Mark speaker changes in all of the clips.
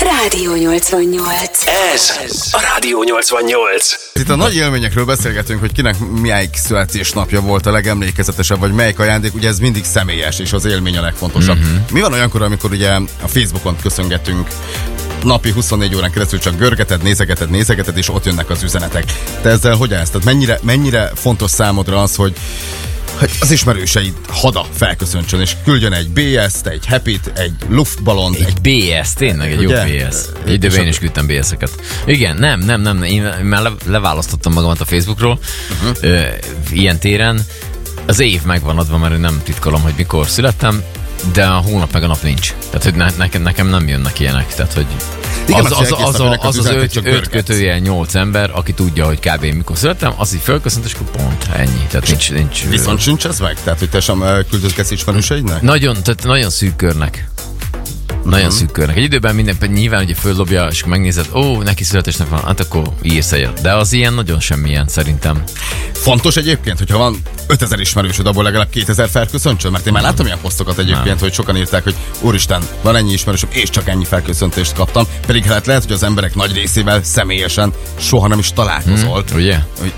Speaker 1: Rádió 88.
Speaker 2: Ez a Rádió 88.
Speaker 3: Itt a nagy élményekről beszélgetünk, hogy kinek melyik születésnapja volt a legemlékezetesebb, vagy melyik ajándék. Ugye ez mindig személyes, és az élmény a legfontosabb. Mm-hmm. Mi van olyankor, amikor ugye a Facebookon köszöngetünk napi 24 órán keresztül csak görgeted, nézegeted, nézegeted, és ott jönnek az üzenetek. Te ezzel hogy állsz? Tehát mennyire, mennyire fontos számodra az, hogy hogy az ismerőseid hada felköszöntsön, és küldjön egy BS-t, egy happy-t, egy luftballont, egy
Speaker 4: Egy BS, tényleg egy
Speaker 3: Ugye?
Speaker 4: jó BS.
Speaker 3: Ö,
Speaker 4: Egy
Speaker 3: és
Speaker 4: időben én
Speaker 3: a-
Speaker 4: is küldtem BS-eket. Igen, nem, nem, nem, én már le, leválasztottam magamat a Facebookról uh-huh. ö, ilyen téren. Az év megvan adva, mert én nem titkolom, hogy mikor születtem, de a hónap meg a nap nincs. Tehát, hogy ne, nekem, nekem nem jönnek ilyenek. Tehát, hogy
Speaker 3: Igen,
Speaker 4: az
Speaker 3: az,
Speaker 4: az,
Speaker 3: egész
Speaker 4: az,
Speaker 3: nap
Speaker 4: a-
Speaker 3: jönnek az
Speaker 4: az, az
Speaker 3: üzenetek,
Speaker 4: öt,
Speaker 3: csak
Speaker 4: öt
Speaker 3: görgetsz.
Speaker 4: kötőjel nyolc ember, aki tudja, hogy kb. mikor születtem, az így fölköszönt, és akkor pont ennyi. Tehát nincs, nincs.
Speaker 3: Viszont sincs ez meg? Tehát, hogy te sem ö, küldözgetsz ismerőseidnek?
Speaker 4: Nagyon, tehát nagyon szűk körnek. Nagyon
Speaker 3: Mhm.
Speaker 4: szűk körnek. Egy időben minden, nyilván ugye földobja, és akkor megnézed, ó, neki születésnek van, hát akkor írsz egyet. De az ilyen nagyon semmilyen szerintem.
Speaker 3: Fontos egyébként, hogyha van 5000 ismerősöd, abból legalább 2000 felköszöntsön, mert én már láttam ilyen posztokat egyébként,
Speaker 4: Nem.
Speaker 3: hogy sokan írták, hogy úristen, van ennyi ismerősöm, és csak ennyi felköszöntést kaptam, pedig hát lehet, hogy az emberek nagy részével személyesen soha nem is találkozol.
Speaker 4: Mm, ugye?
Speaker 3: Hogy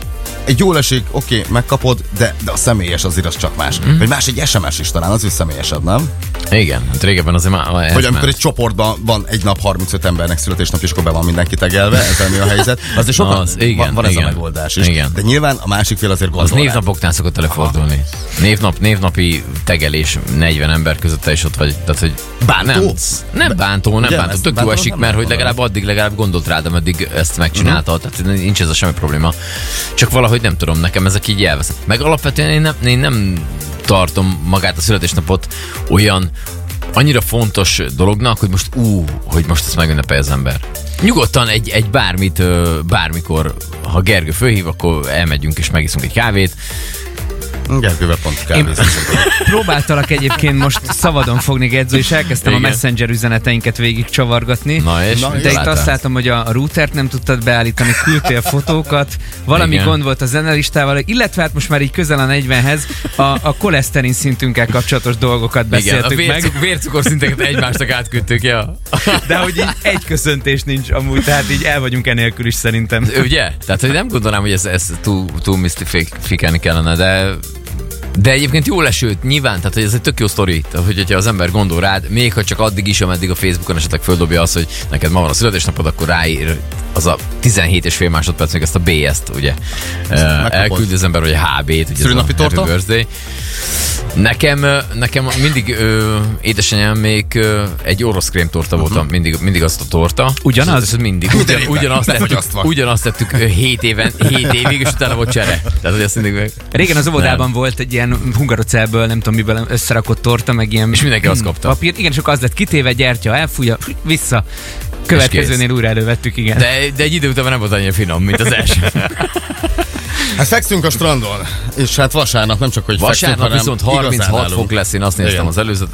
Speaker 3: egy jól esik, oké, megkapod, de, de a személyes azért az csak más.
Speaker 4: Mhm.
Speaker 3: Vagy más egy SMS is talán, az is személyesebb, nem?
Speaker 4: Igen, hát régebben azért már ez
Speaker 3: Vagy amikor
Speaker 4: ment.
Speaker 3: egy csoportban van egy nap 35 embernek születésnap, és akkor be van mindenki tegelve, ez mi a helyzet. Azért sokan
Speaker 4: Az,
Speaker 3: igen,
Speaker 4: igen,
Speaker 3: van, van ez a
Speaker 4: igen.
Speaker 3: megoldás is.
Speaker 4: Igen.
Speaker 3: De nyilván a másik fél azért
Speaker 4: az
Speaker 3: gondol. rá.
Speaker 4: névnapoknál szokott előfordulni. Névnap, névnapi tegelés 40 ember között te is ott vagy. Tehát, hogy
Speaker 3: Bántó?
Speaker 4: Nem, nem bántó, Hát nem
Speaker 3: Ugye,
Speaker 4: bántó.
Speaker 3: ezt
Speaker 4: Tök jó
Speaker 3: bántó
Speaker 4: esik,
Speaker 3: nem
Speaker 4: mert hogy
Speaker 3: lehet
Speaker 4: legalább addig legalább gondolt rád, ameddig ezt megcsinálta. Uh-huh. Tehát nincs ez a semmi probléma. Csak valahogy nem tudom, nekem ezek így elveszett. Meg alapvetően én nem, én nem tartom magát a születésnapot olyan annyira fontos dolognak, hogy most ú, hogy most ezt megünnepelje az ember. Nyugodtan egy, egy bármit, ö, bármikor, ha Gergő fölhív, akkor elmegyünk és megiszunk egy kávét,
Speaker 3: Gergővel pont kávézás.
Speaker 5: Próbáltalak egyébként most szabadon fogni, Gedzo, és elkezdtem Igen. a
Speaker 4: Igen.
Speaker 5: messenger üzeneteinket végig csavargatni.
Speaker 4: Na és?
Speaker 3: Na
Speaker 4: mit
Speaker 3: és?
Speaker 5: De itt
Speaker 4: találtál?
Speaker 5: azt látom, hogy a a routert nem tudtad beállítani, küldtél fotókat, valami
Speaker 4: Igen.
Speaker 5: Igen. gond volt a zenelistával, illetve hát most már így közel a 40-hez a, a koleszterin szintünkkel kapcsolatos dolgokat
Speaker 4: Igen, a
Speaker 5: beszéltük Igen,
Speaker 4: vércuk,
Speaker 5: meg,
Speaker 4: vércukorszinteket egymásnak átküldtük, ja.
Speaker 5: de hogy így egy köszöntés nincs amúgy, tehát így el vagyunk enélkül is szerintem.
Speaker 4: Ugye? Tehát, hogy nem gondolnám, hogy ezt, ezt túl, túl misztifikálni kellene, de de egyébként jól esőt, nyilván, tehát hogy ez egy tök jó sztori, tehát, hogy, hogyha az ember gondol rád, még ha csak addig is, ameddig a Facebookon esetleg földobja azt, hogy neked ma van a születésnapod, akkor ráír az a 17 és fél másodperc, még ezt a BS-t, ugye, Ö,
Speaker 3: megkapod.
Speaker 4: elküldi az ember, hogy a HB-t, ugye
Speaker 3: Szülinapi
Speaker 4: ez a
Speaker 3: torta?
Speaker 4: Happy Birthday. Nekem, ö, nekem mindig ö, édesanyám még ö, egy orosz krémtorta
Speaker 3: Mhm.
Speaker 4: voltam, uh-huh. mindig, mindig azt a torta.
Speaker 5: Ugyanaz?
Speaker 4: És ez mindig. Ugyan,
Speaker 3: évben.
Speaker 4: ugyanazt,
Speaker 3: Lefogyasztva.
Speaker 4: tettük, ugyanazt tettük 7 éven, 7 évig, és utána volt csere. Tehát, hogy azt mindig meg...
Speaker 5: Régen az óvodában
Speaker 4: Nem.
Speaker 5: volt egy ilyen hungarocellből, nem tudom miből összerakott torta, meg ilyen
Speaker 4: És mindenki azt kapta.
Speaker 5: papír. Igen, csak az lett kitéve, gyertya, elfújja, vissza. Következőnél újra elővettük, igen. De...
Speaker 4: De, de egy idő után már nem volt annyira finom, mint az első.
Speaker 3: Hát fekszünk a strandon, és hát vasárnap nem csak, hogy
Speaker 4: Vasárnap
Speaker 3: fekszünk,
Speaker 4: viszont
Speaker 3: hanem igazán
Speaker 4: 36
Speaker 3: állunk.
Speaker 4: fok lesz, én azt néztem
Speaker 3: Igen.
Speaker 4: az előző,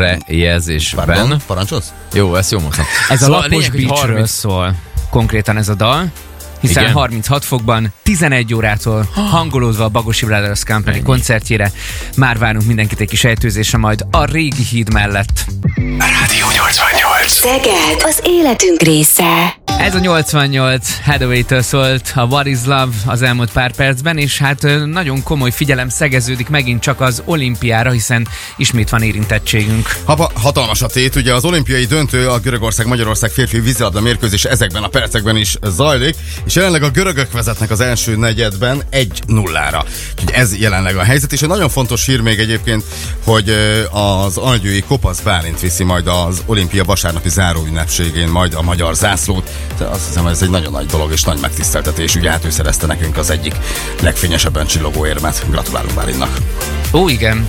Speaker 4: előrejelzésben.
Speaker 3: Pardon, parancsolsz?
Speaker 4: Jó, ezt jól mondtam.
Speaker 5: Ez a
Speaker 4: Szóval
Speaker 5: lapos
Speaker 4: lényeg, hogy
Speaker 5: beachről
Speaker 4: 30
Speaker 5: szól konkrétan ez a dal, hiszen
Speaker 4: Igen. Ah.
Speaker 5: Igen. 36 fokban 11 órától hangolódva a Bagosi Brothers Company Ennyi. koncertjére már várunk mindenkit egy kis ejtőzésre majd a régi híd mellett.
Speaker 2: Rádió 88.
Speaker 1: Szeged, az életünk része.
Speaker 5: Ez a 88 Hathaway-től szólt a What is Love az elmúlt pár percben, és hát ö, nagyon komoly figyelem szegeződik megint csak az olimpiára, hiszen ismét van érintettségünk.
Speaker 3: Hapa, hatalmas a tét, ugye az olimpiai döntő a Görögország-Magyarország férfi vízilabda mérkőzés ezekben a percekben is zajlik, és jelenleg a görögök vezetnek az első negyedben 1-0-ra. Úgyhogy ez jelenleg a helyzet, és egy nagyon fontos hír még egyébként, hogy ö, az algyői kopasz Bálint viszi majd az olimpia vasárnapi záró ünnepségén majd a magyar zászlót. De azt hiszem, ez egy nagyon nagy dolog és nagy megtiszteltetés, ugye hát ő szerezte nekünk az egyik legfényesebben csillogó érmet. Gratulálunk Bálintnak!
Speaker 5: Ó, igen.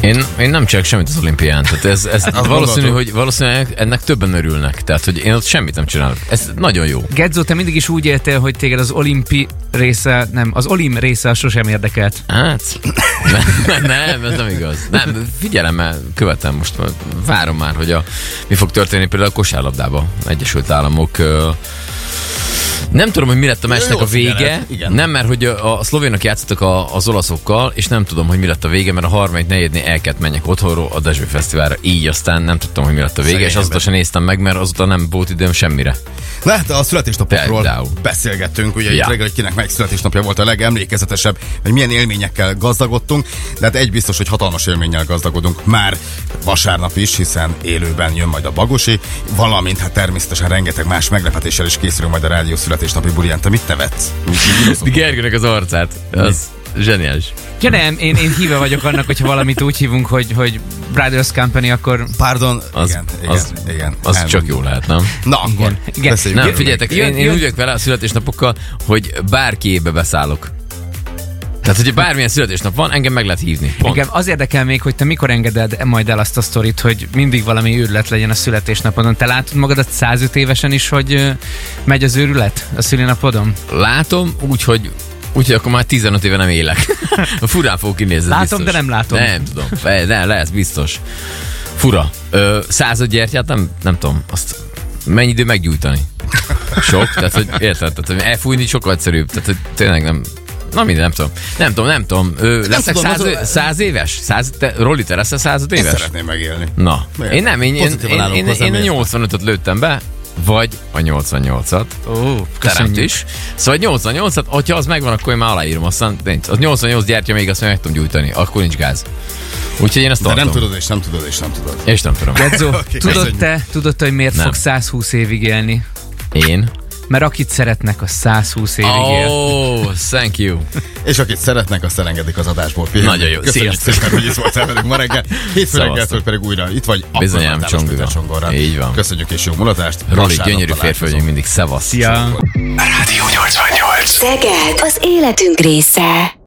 Speaker 4: Én, én nem csinálok semmit az olimpián, tehát ez, ez
Speaker 5: Hát,
Speaker 4: valószínű,
Speaker 3: gondoltuk.
Speaker 4: hogy valószínűleg ennek többen örülnek, tehát hogy én ott semmit nem csinálok. Ez nagyon jó.
Speaker 5: Gedzo, te mindig is úgy éltél, hogy téged az olimpi része, nem, az olim része sosem érdekelt.
Speaker 4: Hát, nem, nem, ez nem igaz. Nem, figyelemmel követem most, már. várom már, hogy a, mi fog történni például a kosárlabdában. Egyesült Államok ö, Nem tudom, hogy mi lett a meccsnek
Speaker 3: Jó,
Speaker 4: a vége.
Speaker 3: figyeled. Igen.
Speaker 4: Nem, mert hogy a, a szlovénok játszottak a, az olaszokkal, és nem tudom, hogy mi lett a vége, mert a harmadik negyednél el kellett menjek otthonról a Dezső Fesztiválra. Így aztán nem tudtam, hogy mi lett a vége,
Speaker 3: Szegény
Speaker 4: és azóta
Speaker 3: ember.
Speaker 4: sem néztem meg, mert azóta nem volt időm semmire.
Speaker 3: Na, hát a születésnapokról
Speaker 4: Például.
Speaker 3: beszélgettünk, ugye
Speaker 4: Ja.
Speaker 3: itt reggel, hogy kinek melyik születésnapja volt a legemlékezetesebb, hogy milyen élményekkel gazdagodtunk, de hát egy biztos, hogy hatalmas élménnyel gazdagodunk már vasárnap is, hiszen élőben jön majd a Bagosi, valamint hát természetesen rengeteg más meglepetéssel is készülünk majd a rádió születésnapi bulián. Te mit nevetsz?
Speaker 4: Gergőnek az arcát. Az zseniális.
Speaker 5: Ja nem, én, én híve vagyok annak, hogyha valamit úgy hívunk, hogy, hogy Brothers Company, akkor
Speaker 3: Pardon,
Speaker 4: Az,
Speaker 3: igen, igen,
Speaker 4: az,
Speaker 3: igen.
Speaker 4: az csak
Speaker 3: elmondom.
Speaker 4: jó lehet, nem?
Speaker 3: Na akkor, igen,
Speaker 5: igen.
Speaker 3: beszéljünk.
Speaker 4: Nem,
Speaker 3: erről.
Speaker 4: figyeljetek, én, én
Speaker 5: jön-
Speaker 4: úgy vagyok vele a születésnapokkal, hogy bárkiébe beszállok. Tehát, hogyha bármilyen születésnap van, engem meg lehet hívni. Pont.
Speaker 5: Engem az érdekel még, hogy te mikor engeded majd el azt a sztorit, hogy mindig valami őrület legyen a születésnapodon. Te látod magadat 105 évesen is, hogy ö, megy az őrület a szülinapodon?
Speaker 4: Látom, úgyhogy Úgyhogy akkor már 15 éve nem élek. Furán fog kinézni. ez
Speaker 5: Látom,
Speaker 4: biztos.
Speaker 5: de nem látom.
Speaker 4: Nem tudom. Le, ne, lesz, biztos. Fura. Ö, század gyertyát nem, nem tudom. Azt mennyi idő meggyújtani? Sok? Tehát, hogy érted? Tehát, hogy elfújni sokkal egyszerűbb. Tehát, hogy tényleg nem... Na minden, nem tudom. Nem tudom, nem tudom. Ö, leszek
Speaker 3: tudom,
Speaker 4: száz,
Speaker 3: az-
Speaker 4: száz éves? Száz, te, Roli, te leszel század
Speaker 3: Én
Speaker 4: éves?
Speaker 3: szeretném megélni.
Speaker 4: Na,
Speaker 3: Miért?
Speaker 4: én nem, én, én,
Speaker 3: Pozitívan
Speaker 4: én,
Speaker 3: állok
Speaker 4: én,
Speaker 3: hozzá,
Speaker 4: én a
Speaker 3: miért?
Speaker 4: 85-öt lőttem be, vagy a 88-at
Speaker 5: Ó,
Speaker 4: teremt is. Szóval 88 at hogyha az megvan, akkor én már aláírom, aztán nincs. Az 88 gyertya még azt mondja, meg tudom gyújtani, akkor nincs gáz. Úgyhogy én ezt
Speaker 3: De
Speaker 4: tartom.
Speaker 3: nem tudod, és nem tudod, és nem tudod.
Speaker 4: És nem tudom.
Speaker 5: Gedzo,
Speaker 3: Oké,
Speaker 5: tudod,
Speaker 3: köszönjük.
Speaker 5: te, tudod te, hogy miért
Speaker 4: Nem.
Speaker 5: fog 120 évig élni?
Speaker 4: Én?
Speaker 5: Mert akit szeretnek, az 120 évig él.
Speaker 4: Oh, thank you.
Speaker 3: És akit szeretnek, azt elengedik az adásból. Pihenni.
Speaker 4: Nagyon jó.
Speaker 3: Köszönjük
Speaker 4: Sziasztok.
Speaker 3: szépen, hogy itt voltál velünk ma reggel. Hétfő
Speaker 4: Szevasztok.
Speaker 3: reggeltől pedig újra itt vagy. akkor
Speaker 4: Bizony, ám
Speaker 3: Matáros
Speaker 4: Csongővel.
Speaker 3: Péter Csongorral.
Speaker 4: Így van.
Speaker 3: Köszönjük és jó mulatást.
Speaker 4: Roli,
Speaker 3: Vasárnap
Speaker 4: gyönyörű férfi
Speaker 3: találkozunk.
Speaker 4: vagyunk mindig. Szevasz.
Speaker 5: Szia!
Speaker 2: Rádió 88.
Speaker 1: Szeged, az életünk része.